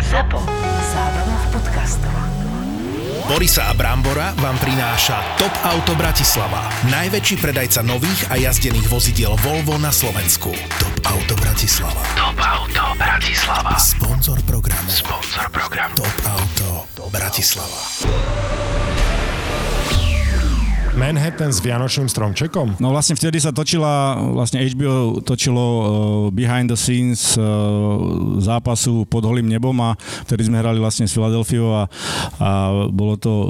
ZAPO. Zábrná v podcastov. Borisa a Brambora vám prináša Top Auto Bratislava. Najväčší predajca nových a jazdených vozidiel Volvo na Slovensku. Top Auto Bratislava. Top Auto Bratislava. Sponzor programu. Sponzor programu. Top Auto Bratislava. Manhattan s Vianočným stromčekom? No vlastne vtedy sa točila, vlastne HBO točilo uh, behind the scenes uh, zápasu pod holým nebom a vtedy sme hrali vlastne s Filadelfiou a, a bolo to uh,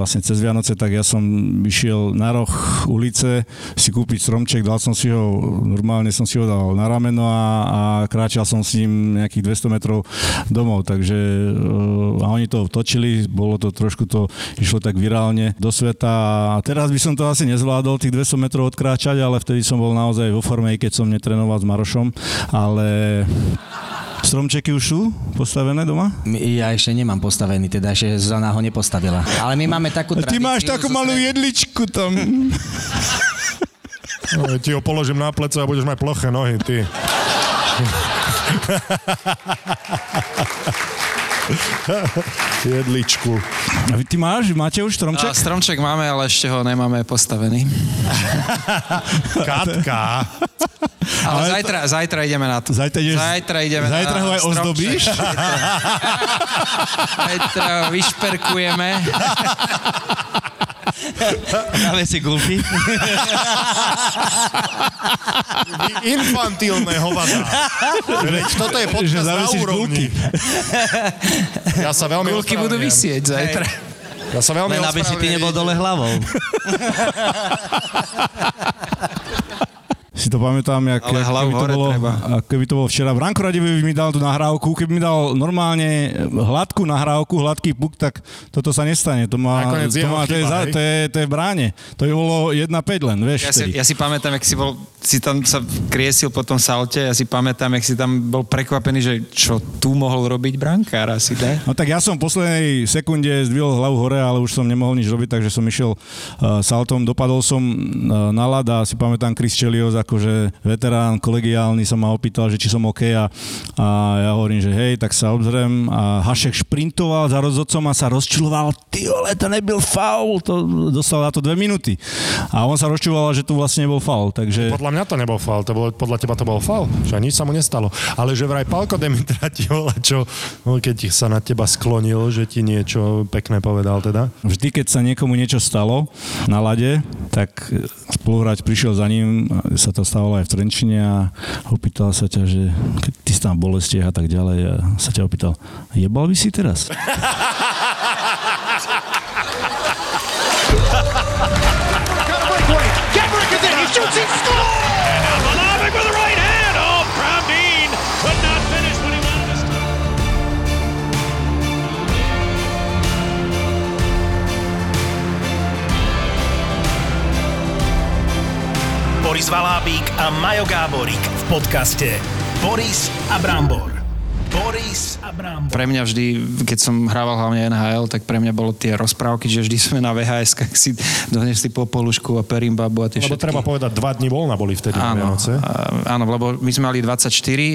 vlastne cez Vianoce, tak ja som išiel na roh ulice si kúpiť stromček, dal som si ho, normálne som si ho dal na rameno a, a kráčal som s ním nejakých 200 metrov domov, takže uh, a oni to točili, bolo to trošku to, išlo tak virálne do sveta a teraz by by som to asi nezvládol tých 200 metrov odkráčať, ale vtedy som bol naozaj vo forme, i keď som netrenoval s Marošom, ale stromčeky už sú postavené doma? My- Ja ešte nemám postavený, teda ešte Zuzana ho nepostavila. Ale my máme takú Ty tradíciu. máš takú zo malú stred- jedličku tam. No, Ti ho položím na plece a budeš mať ploché nohy, ty. Jedličku. A vy ty máš, máte už A stromček? stromček máme, ale ešte ho nemáme postavený. Katka. Ale, zajtra, zajtra ideme na to. Zajtra ideš- zajtra ideme zajtra na ho aj stromček. ozdobíš? Zajtra, zajtra ho vyšperkujeme. Dáme si gulfy. Infantilné hovada. Veď toto je Že podcast na zavesíš úrovni. Ja sa veľmi Kulky budú ospravedlňujem. vysieť zajtra. Ja sa veľmi Len aby si ty nebol dole hlavou. Si to pamätám, jak, Ale jak hlavu keby, to hore bolo, treba. ako keby to bolo včera. Branko Radivý mi dal tú nahrávku, keby mi dal normálne hladkú nahrávku, hladký puk, tak toto sa nestane. To má, Nakoniec to, jeho má, to, je, chyba, za- hej? to, je, to je v bráne. To je bolo 1-5 len, vieš. Ja si, vtedy. ja si pamätám, jak si bol, si tam sa kriesil po tom salte, ja si pamätám, jak si tam bol prekvapený, že čo tu mohol robiť brankár asi, ne? No tak ja som v poslednej sekunde zdvihol hlavu hore, ale už som nemohol nič robiť, takže som išiel uh, saltom, dopadol som uh, na lad a si pamätám Chris Chelios, akože veterán, kolegiálny, sa ma opýtal, že či som OK a, a ja hovorím, že hej, tak sa obzrem a Hašek šprintoval za rozhodcom a sa rozčiloval, ty vole, to nebyl faul, to dostal na to dve minúty. A on sa rozčiloval, že to vlastne nebol faul, takže... Podľa mňa to nebol faul, to bolo, podľa teba to bol faul, že nič sa mu nestalo. Ale že vraj Palko Demitra ti volá, čo, no, keď sa na teba sklonil, že ti niečo pekné povedal teda. Vždy, keď sa niekomu niečo stalo na lade, tak spoluhráč prišiel za ním, sa to stávalo aj v Trenčine a opýtal sa ťa, že keď ty si tam v bolestiach a tak ďalej a sa ťa opýtal, jebal by si teraz? Vlahovic with the right hand. Oh, Browndean could not finish when he wanted to stop. Boris Valábík a Majo Gáborík v podcaste Boris a Brambor. Boris a Brambor. Pre mňa vždy, keď som hrával hlavne NHL, tak pre mňa bolo tie rozprávky, že vždy sme na VHS, tak si donesli popolušku a perimbabu a tie Lebo všetky. treba povedať, dva dní voľna boli vtedy na Áno, Vianoce. a, áno, lebo my sme mali 24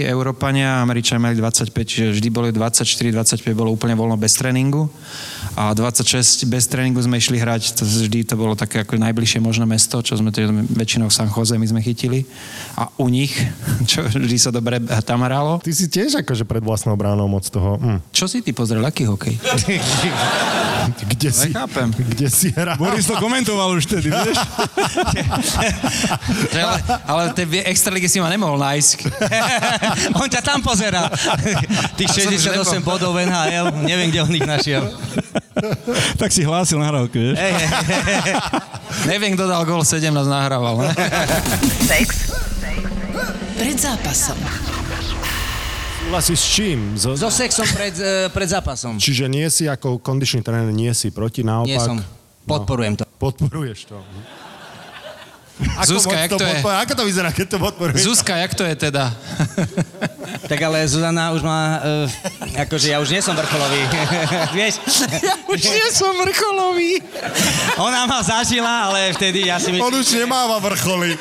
Európania, Američania mali 25, čiže vždy boli 24, 25 bolo úplne voľno bez tréningu a 26 bez tréningu sme išli hrať, to vždy to bolo také ako najbližšie možné mesto, čo sme to väčšinou v San Jose my sme chytili a u nich, čo vždy sa dobre tam hralo. Ty si tiež akože pred vlastnou bránou moc toho, hm, Čo si ty pozrel, aký hokej? kde si, Nechápem. kde si hral? Boris to komentoval už vtedy, vieš? Že Ale, ale tie vie- extraligy si ma nemohol nájsť. on ťa tam pozerá. Som Tých žlebo. 68 bodov NHL, neviem, kde on ich našiel. tak si hlásil nahrávku, vieš? Hej, hej, hej. Neviem, kto dal gól, 17 nahrával. Ne? Sex. Pred zápasom. Súhlasíš s čím? So, So sexom pred, eh, pred zápasom. Čiže nie si ako kondičný tréner, nie si proti, naopak. Nie som. Podporujem to. No, podporuješ to. Ako, Zuzka, moc jak to to je? podporuje- ako to vyzerá, keď to podporuješ? Zuzka, jak to je teda? Tak ale Zuzana už má... eh, akože ja už nie som vrcholový. Vieš? už nie som vrcholový. Ona ma zažila, ale vtedy ja si myslím... On už nemáva vrcholy.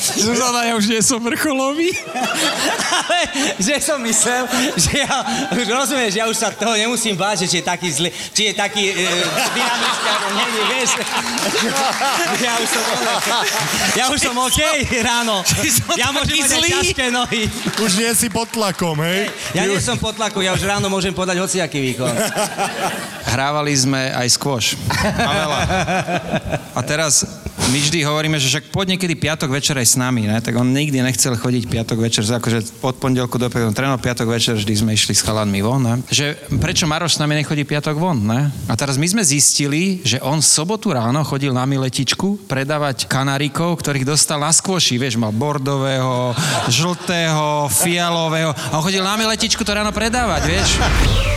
Zuzana, ja už nie som vrcholový. Ale že som myslel, že ja už rozumieš, ja už sa toho nemusím báť, že či je taký zlý, či je taký e, dynamický, alebo neviem, vieš. No, Ja už som, ja už som OK ráno. Ja môžem mať aj ťažké nohy. Už nie si pod tlakom, hej? Ja nie som pod tlaku, ja už ráno môžem podať hociaký výkon. Hrávali sme aj squash. A veľa. A teraz my vždy hovoríme, že však poď niekedy piatok večer aj s nami, ne? tak on nikdy nechcel chodiť piatok večer, akože od pondelku do piatok trénoval, piatok večer vždy sme išli s chalanmi von, ne? že prečo Maroš s nami nechodí piatok von, ne? A teraz my sme zistili, že on sobotu ráno chodil na miletičku predávať kanarikov, ktorých dostal na skôši, vieš, mal bordového, žltého, fialového a on chodil na miletičku to ráno predávať, vieš.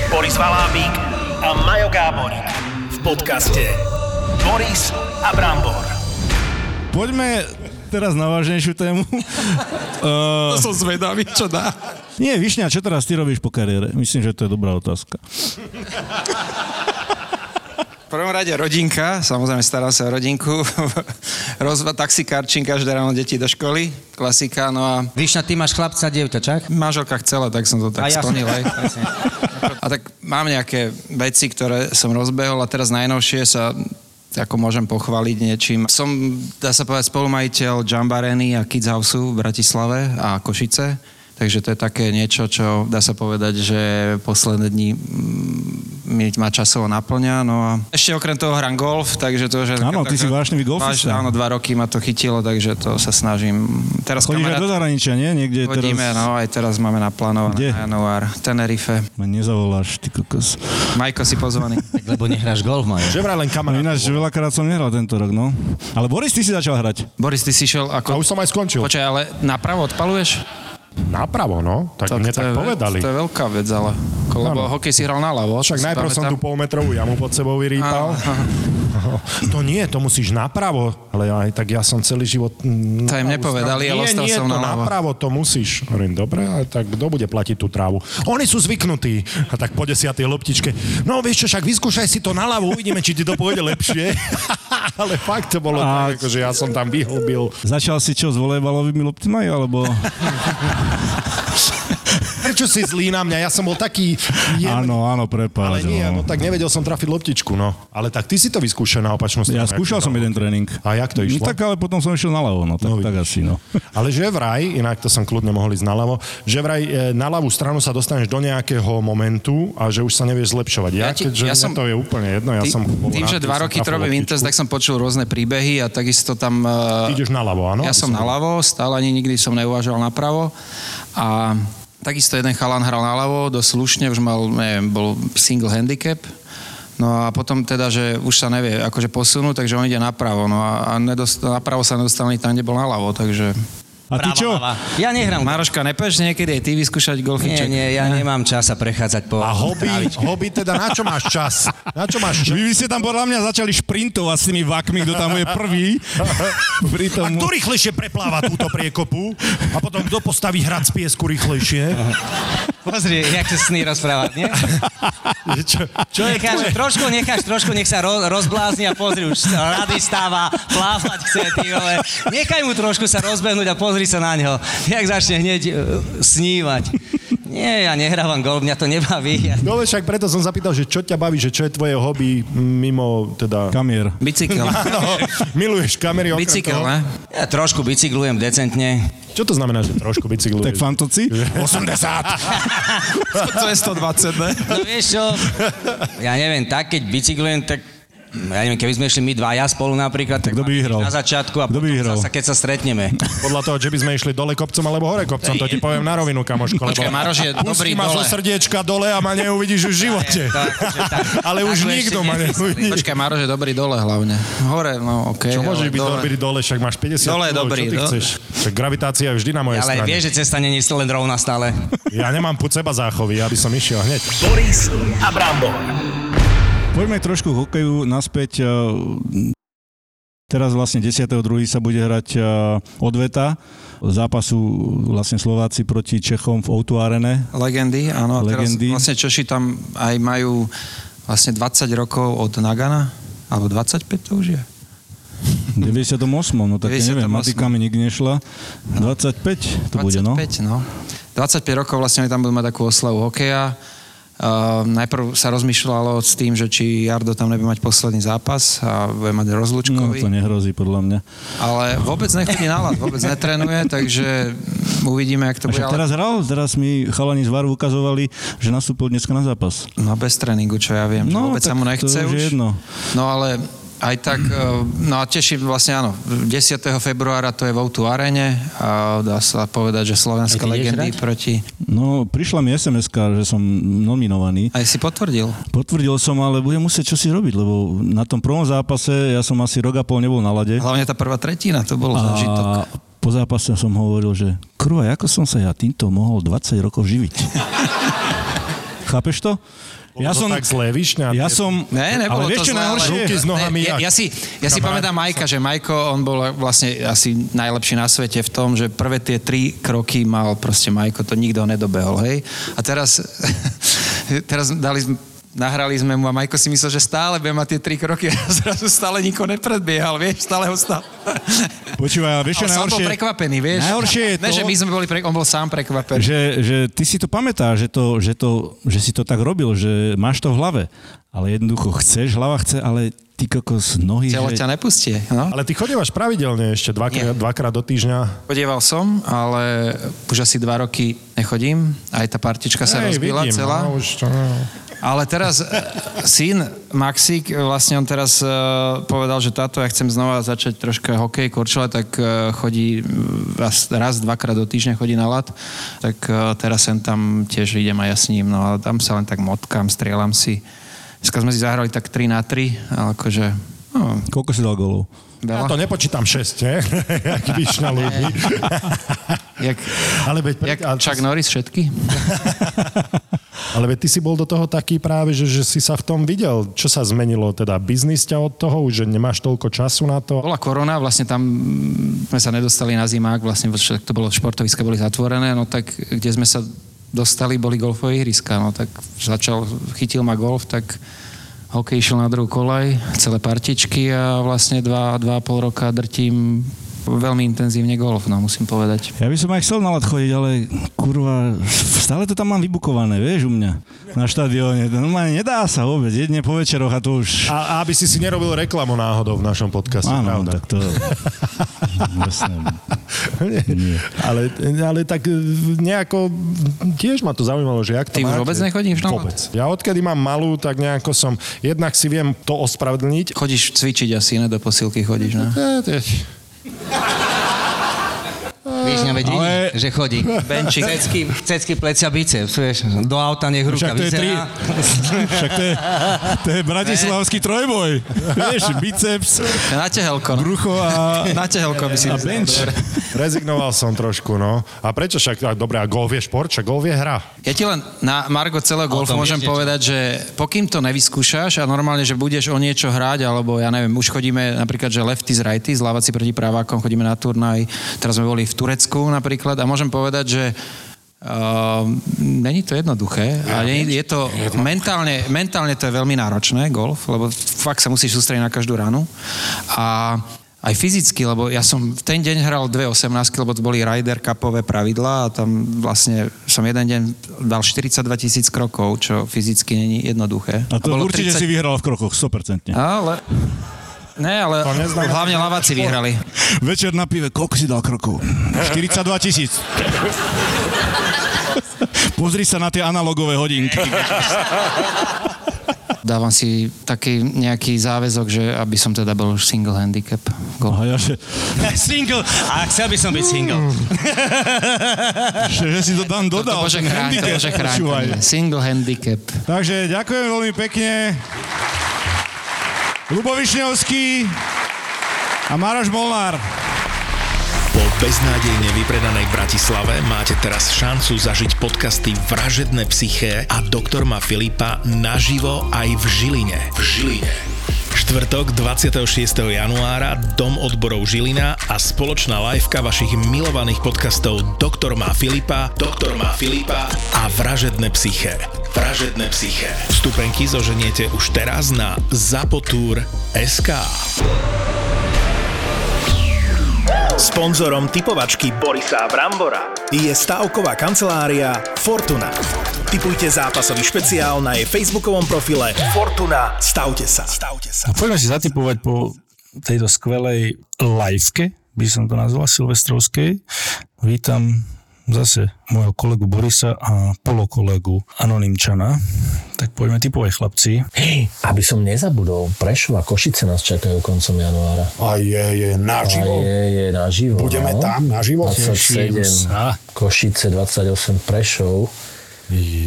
Boris Valábík a Majo Gáborík v podcaste Boris a Brambor. Poďme teraz na vážnejšiu tému. Eh, To som zvedavý, čo dá. Nie, Višňa, čo teraz ty robíš po kariére? Myslím, že to je dobrá otázka. V prvom rade rodinka, samozrejme starám sa o rodinku, rozva taxikárčin každé ráno deti do školy, klasika, no a Vyšna, ty máš chlapca, dievča, čak? manželka chcela, tak som to tak A ja- splnil. hej. A tak mám nejaké veci, ktoré som rozbehol a teraz najnovšie sa ako môžem pochváliť niečím. Som, dá sa povedať, spolumajiteľ Jambareny a Kids Houseu v Bratislave a Košice. Takže to je také niečo, čo dá sa povedať, že posledné dni mm, mi ma časovo naplňa. No a ešte okrem toho hrám golf, takže to, že... Áno, ty si vášnivý Váš, golfista. áno, dva roky ma to chytilo, takže to sa snažím. Teraz Chodíš aj kamarát- do zahraničia, nie? Niekde Chodíme, teraz... no aj teraz máme naplánované Kde? na január. Tenerife. Ma nezavoláš, ty kokos. Majko si pozvaný. Lebo nehráš golf, Majo. Že vraj len No kamarát. ináč, veľakrát som nehral tento rok, no. Ale Boris, ty si začal hrať. Boris, ty si šiel A ako... už som aj skončil. Počkaj, ale napravo odpaluješ? Napravo, no. Tak, mne je, tak povedali. To je veľká vec, ale... Ako, lebo Áno. hokej si hral na lavo. Však si najprv som pamätám. tú polmetrovú jamu pod sebou vyrýpal. To nie, to musíš napravo. Ale aj tak ja som celý život... mm, To im na pravú nepovedali, stranu. ale nie, ostal nie, som to naľavo. napravo, to musíš. Hovorím, dobre, ale tak kto bude platiť tú trávu? Oni sú zvyknutí. A tak po desiatej loptičke, no vieš čo, však vyskúšaj si to na ľavu, uvidíme, či ti to pôjde lepšie. ale fakt to bolo A- tak, že ja som tam vyhubil. Začal si čo s volejbalovými loptami, alebo... Prečo si zlý na mňa? Ja som bol taký... jemný. áno, áno, prepáč. Ale nie, no no. tak nevedel som trafiť loptičku, no. Ale tak ty si to vyskúšal na opačnú stranu. Ja skúšal ako som to- jeden tréning. A jak to išlo? No tak, ale potom som išiel na lavo, no tak, No, tak asi, no. Ale že vraj, inak to som kľudne mohol ísť naľavo, že vraj e, na ľavú stranu sa dostaneš do nejakého momentu a že už sa nevieš zlepšovať. Ja, Ja ti- keďže ja mne som- to je úplne jedno, ja Ty, som... bol tým, rád, že dva som roky to trafil robím loptičku. Intens, tak som počul rôzne príbehy a takisto tam... eh, Ty Ideš naľavo, áno? Ja Ty som si- naľavo, stále ani nikdy som neuvažoval napravo. A takisto jeden chalan hral naľavo, dosť slušne, už mal, neviem, bol single handicap. No a potom teda, že už sa nevie, akože posunú, takže on ide napravo. No a, a nedost- napravo sa nedostal ani tam, kde bol naľavo, takže... A ty čo? Ja nehrám. Maroška, nepeš niekedy aj ty vyskúšať Nie, golfiček? nie, ja nemám čas sa prechádzať po... A hobby, hobby teda, na čo máš čas? Na čo máš čas? Vy by ste tam podľa mňa začali šprintovať s tými vakmi, kto tam je prvý. Pri A tom... kto rýchlejšie prepláva túto priekopu? A potom kto postaví hrad z piesku rýchlejšie? Pozri, jak sa sní rozprávať, nie? Že Čo, čo je necháš, tvoje? trošku, necháš, trošku, nech sa ro- rozblázni a pozri, už sa rady stáva, plávať chce, ty vole. Nechaj mu trošku sa rozbehnúť a pozri sa na ňo. Jak začne hneď uh, snívať. Nie, ja nehrávam golf, mňa to nebaví. Ja... No veď však preto som zapýtal, že čo ťa baví, že čo je tvoje hobby mimo teda... Kamier. Bicykel. Áno, miluješ kamery okrem Bicykel, toho. ne? ja trošku bicyklujem decentne. Čo to znamená, že trošku bicykluješ? Tak fantoci? 80! To je 120, ne? No vieš čo, ja neviem, tak keď bicyklujem, tak ja neviem, keby sme išli my dvaja spolu napríklad, tak Kto by ma vyhral? na začiatku a Kto by potom vyhral? zasa, keď sa stretneme. Podľa toho, že by sme išli dole kopcom alebo hore kopcom, to ti poviem na rovinu, kamoško. Počkaj, Maroš je dobrý ma dole. zo srdiečka dole a ma neuvidíš už v živote. To akože tak- Ale už ako ešte nikto ma nemysleli. neuvidí. Počkaj, Maroš je dobrý dole hlavne. Hore, no okej. Čo môžeš ale byť dole. dobrý dole, však máš 50 Dole je kg, dobrý, čo ty no. chceš? Však gravitácia je vždy na mojej Ale strane. vieš, že cesta není len rovná stále. Ja nemám pud seba záchovy, ja by som išiel hneď. Boris a Brambor. Poďme trošku k hokeju naspäť. eh, Teraz vlastne 10.2. sa bude hrať eh, odveta zápasu vlastne Slováci proti Čechom v Outu Arene. Legendy, áno. A teraz Legendy. vlastne Češi tam aj majú vlastne 20 rokov od Nagana, alebo 25 to už je. V 98. No tak ja 98. neviem, matika mi nikdy nešla. 25 to bude, no. 25, no. 25 rokov vlastne oni tam budú mať takú oslavu hokeja. Uh, najprv sa rozmýšľalo s tým, že či Jardo tam nebude mať posledný zápas a bude mať No rozlúčkový. to nehrozí podľa mňa. Ale vôbec nechodí na lad, vôbec netrenuje, takže uvidíme, jak to A bude. však teraz hral, teraz mi chalani z VAR ukazovali, že nastúpil dneska na zápas. No bez tréningu, čo ja viem. No, No, vôbec tak sa mu nechce to už. už je jedno. No ale aj tak, eh, no a teším vlastne áno, 10. februára to je vo tu arene a dá sa povedať, že slovenské Aj ty ideš legendy hrať? proti... No, prišla mi sms že som nominovaný. Aj si potvrdil? Potvrdil som, ale budem musieť čosi robiť, lebo na tom prvom zápase ja som asi rok a pol nebol na lade. Hlavne tá prvá tretina, to bol zážitok. A po zápase som hovoril, že kurva, ako som sa ja týmto mohol 20 rokov živiť. Chápeš to? Ja som... Tak zlé, višňa. ja som... Ne, nebolo ale to vieš, čo zlé, najhoršie? Ruky s nohami Ne, ja, jak ja, si, ja si kamarát. pamätám Majka, že Majko, on bol vlastne asi najlepší na svete v tom, že prvé tie tri kroky mal proste Majko, to nikto nedobehol, hej. A teraz, teraz dali sme- nahrali sme mu a Majko si myslel, že stále bude mať tie tri kroky a zrazu stále nikoho nepredbiehal, vieš, stále ho stále. Počúvaj, ale vieš, čo Ale sám bol najhoršie? prekvapený, vieš. Najhoršie je Ne, to- že my sme boli, pre... on bol sám prekvapený. Že, že ty si to pamätáš, že, to, že, to, že si to tak robil, že máš to v hlave. Ale jednoducho chceš, hlava chce, ale ty kokos nohy... Telo že... ťa nepustie, no. Ale ty chodívaš pravidelne ešte dvakrát, Nie. dvakrát do týždňa. Podieval som, ale už asi dva roky nechodím. Aj tá partička sa Hej, rozbila vidím, celá. No, už to, no. Ale teraz e, syn Maxík, e, vlastne on teraz e, povedal, že táto, ja chcem znova začať troška hokej, korčule, tak e, chodí mm, raz, raz dvakrát do týždňa chodí na lat. Tak e, teraz sem tam tiež idem aj ja s ním, no ale tam sa len tak motkám, strieľam si. Dneska sme si zahrali tak 3 na 3, ale akože... No, Koľko si dal golov? Ja veľa. to nepočítam 6, ne? Jak vyšňa ľudí. Jak, ale, veď, jak ale, Chuck Norris všetky? ale veď ty si bol do toho taký práve, že, že si sa v tom videl. Čo sa zmenilo? Teda biznis ťa od toho? Už že nemáš toľko času na to? Bola korona, vlastne tam mm, sme sa nedostali na zimák, vlastne však to bolo, športoviska boli zatvorené, no tak kde sme sa dostali, boli golfové ihriska, no tak začal, chytil ma golf, tak hokej išiel na druhú kolaj, celé partičky a vlastne dva, dva a pol roka drtím veľmi intenzívne golf, no musím povedať. Ja by som aj chcel na lat chodiť, ale kurva, stále to tam mám vybukované, vieš, u mňa na štadióne. No nedá sa vôbec, jedne po večeroch a to už... A, a aby si si nerobil reklamu náhodou v našom podcaste, Áno, pravda. tak to... Jasné. Nie. ale, ale tak e, nejako tiež ma to zaujímalo, že jak to Ty už máte. vôbec nechodíš na Vôbec. Ja odkedy mám malú, tak nejako som, jednak si viem to ospravedlniť. Chodíš cvičiť asi, ne? Do posilky chodíš, ne? E, tiež. Víš, veď Ale- vidíš, že chodí. Benčík. Cecky, cecky plecia, biceps, vieš. Do auta nech ruka Však to je tri. vyzerá. Však to je, to je bratislavský trojboj. Vieš, biceps, Na tehelko, no. brucho a... Na tehelko by si... A bench. Rezignoval som trošku, no. A prečo však, a dobre, a golf je šport, čo golf je hra. Ja ti len na Margo celého golfu môžem vieš niečo? povedať, že pokým to nevyskúšaš a normálne, že budeš o niečo hrať, alebo ja neviem, už chodíme napríklad, že lefty z righty, zlávací proti právákom, chodíme na turnaj, teraz sme boli v Turecku napríklad a môžem povedať, že Uh, není to jednoduché a je, je to mentálne, mentálne to je veľmi náročné, golf, lebo fakt sa musíš sústrediť na každú ranu a aj fyzicky, lebo ja som v ten deň hral dve 18, lebo to boli Ryder Cupové pravidlá a tam vlastne som jeden deň dal 42 tisíc krokov, čo fyzicky není jednoduché. A to bolo určite 30... si vyhral v krokoch, 100%. Ale... Ne, ale To neznamená, hlavne že to je laváci šport. vyhrali. Večer na pive, koľko si dal krokov? 42 tisíc. Pozri sa na tie analogové hodinky. Dávam si taký nejaký záväzok, že aby som teda bol už single handicap. Gol. A ja, že, Single. A chcel by som byť single. že, že si to tam To, to dodal. bože chráň, ten to No, handicap, bože chráň. to počúvaj. nie. Single handicap. Takže ďakujem veľmi pekne. Lubo Višňovský a Maroš Molnár. Po beznádejne vypredanej Bratislave máte teraz šancu zažiť podcasty Vražedné psyché a Doktor ma Filipa naživo aj v Žiline. V Žiline. Štvrtok 26. januára Dom odborov Žilina a spoločná liveka vašich milovaných podcastov Doktor má Filipa, Doktor má Filipa a Vražedné psyché. Vražedné psyché. Vstupenky zoženiete už teraz na zapotur.sk. Sponzorom typovačky Borisa Brambora je stavková kancelária Fortuna. Typujte zápasový špeciál na jej facebookovom profile Fortuna. Stavte sa. Stavte sa. Poďme si zatipovať po tejto skvelej liveke, by som to nazval, silvestrovskej. Vítam zase môjho kolegu Borisa a polokolegu Anonymčana. Tak poďme typovať, chlapci. Aby som nezabudol, Prešova, Košice nás čakajú koncom januára. A je, je, A naživo. je, je naživo. Oh. Budeme no. tam naživo. Teším 27, sa. Košice 28, Prešov.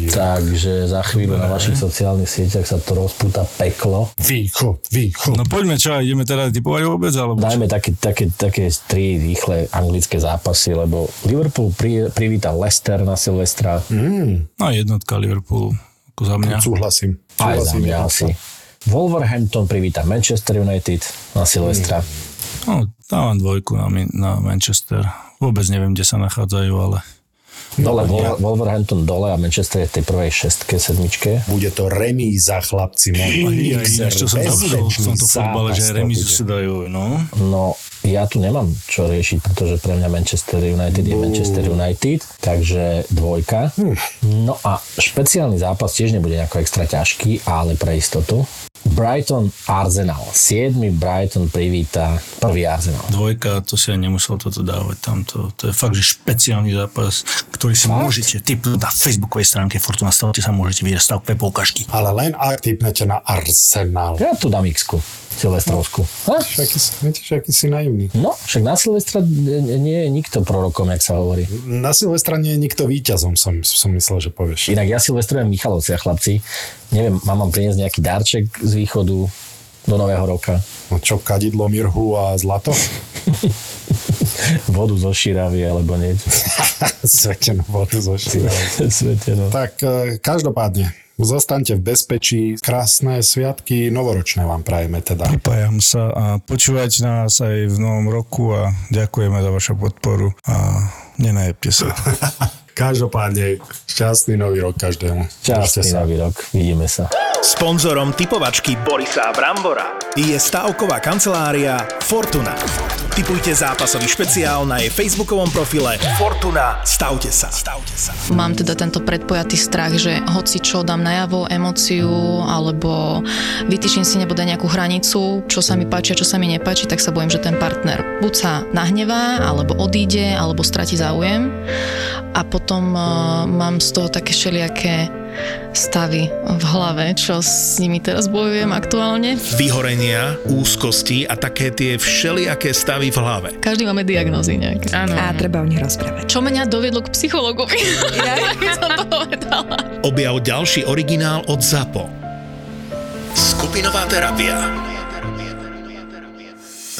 Takže za chvíľu na vašich sociálnych sieťach sa to rozputa peklo. Východ, východ. No poďme čo, ideme teda typovať vôbec, alebo čo? Dajme také, také, také tri rýchle anglické zápasy, lebo Liverpool pri, privíta Leicester na Silvestra. Hm. No jednotka Liverpool, ako za mňa. Súhlasím. Aj za Súhlasím. mňa asi. Wolverhampton privíta Manchester United na Silvestra. Hm. No, dávam dvojku na, Min- na Manchester. Vôbec neviem, kde sa nachádzajú, ale... Dole, Wol- Wolverhampton dole a Manchester je v tej prvej šestke, sedmičke. Bude to remíza, chlapci moji. Ja ináč, čo som zabudol v Bezpečný tomto futbale, že zápas to remizu bude. si dajú, no. No, ja tu nemám čo riešiť, pretože pre mňa Manchester United je Manchester United, takže dvojka. No a špeciálny zápas tiež nebude nejako extra ťažký, ale pre istotu. Brighton Arsenal. 7. Brighton privíta prvý Arsenal. Dvojka, to si aj nemusel toto dávať tamto. To je fakt, že špeciálny zápas, ktorý si môžete typnúť na facebookovej stránke Fortuna Stavte sa môžete vidieť stavkové poukažky. Ale len ak typnete na Arsenal. Ja tu dám X-ku, Silvestrovsku. Ha? Všaký, No, si- vidíš, aký si naivný. No, však na Silvestra e, nie je nikto prorokom, jak sa hovorí. Na Silvestra nie je nikto víťazom, som, som myslel, že povieš. Inak ja Silvestrujem Michalovcia, chlapci. Neviem, mám vám priniesť nejaký darček z východu do nového roka. No čo, kadidlo, mirhu a zlato? Vodu zo Širavy alebo niečo. Svetenú vodu zo štíra. Sveteno. Tak e, každopádne, zostaňte v bezpečí. Krásne sviatky, novoročné vám prajeme teda. Pripájam sa a počúvajte nás aj v novom roku a ďakujeme za vašu podporu a nenajebte sa. Každopádne, šťastný nový rok každému. Držte Častý sa. nový rok. Vidíme sa. Sponzorom typovačky Borisa Brambora je stavková kancelária Fortuna. Typujte zápasový špeciál na jej facebookovom profile Fortuna. Stavte sa. Stavte sa. Mám teda tento predpojatý strach, že hoci čo dám najavo, emóciu alebo vytýčim si nebude nejakú hranicu, čo sa mi páči a čo sa mi nepáči, tak sa bojím, že ten partner buď sa nahnevá, alebo odíde, alebo stratí záujem a potom eh, mám z toho také všelijaké stavy v hlave, čo s nimi teraz bojujem aktuálne. Vyhorenia, úzkosti a také tie všelijaké stavy v hlave. Každý máme diagnózy nejaké. Áno. A treba o nich rozprávať. Čo mňa doviedlo k psychologovi, tak by som to povedala. Objav ďalší originál od ZAPO. Skupinová terapia.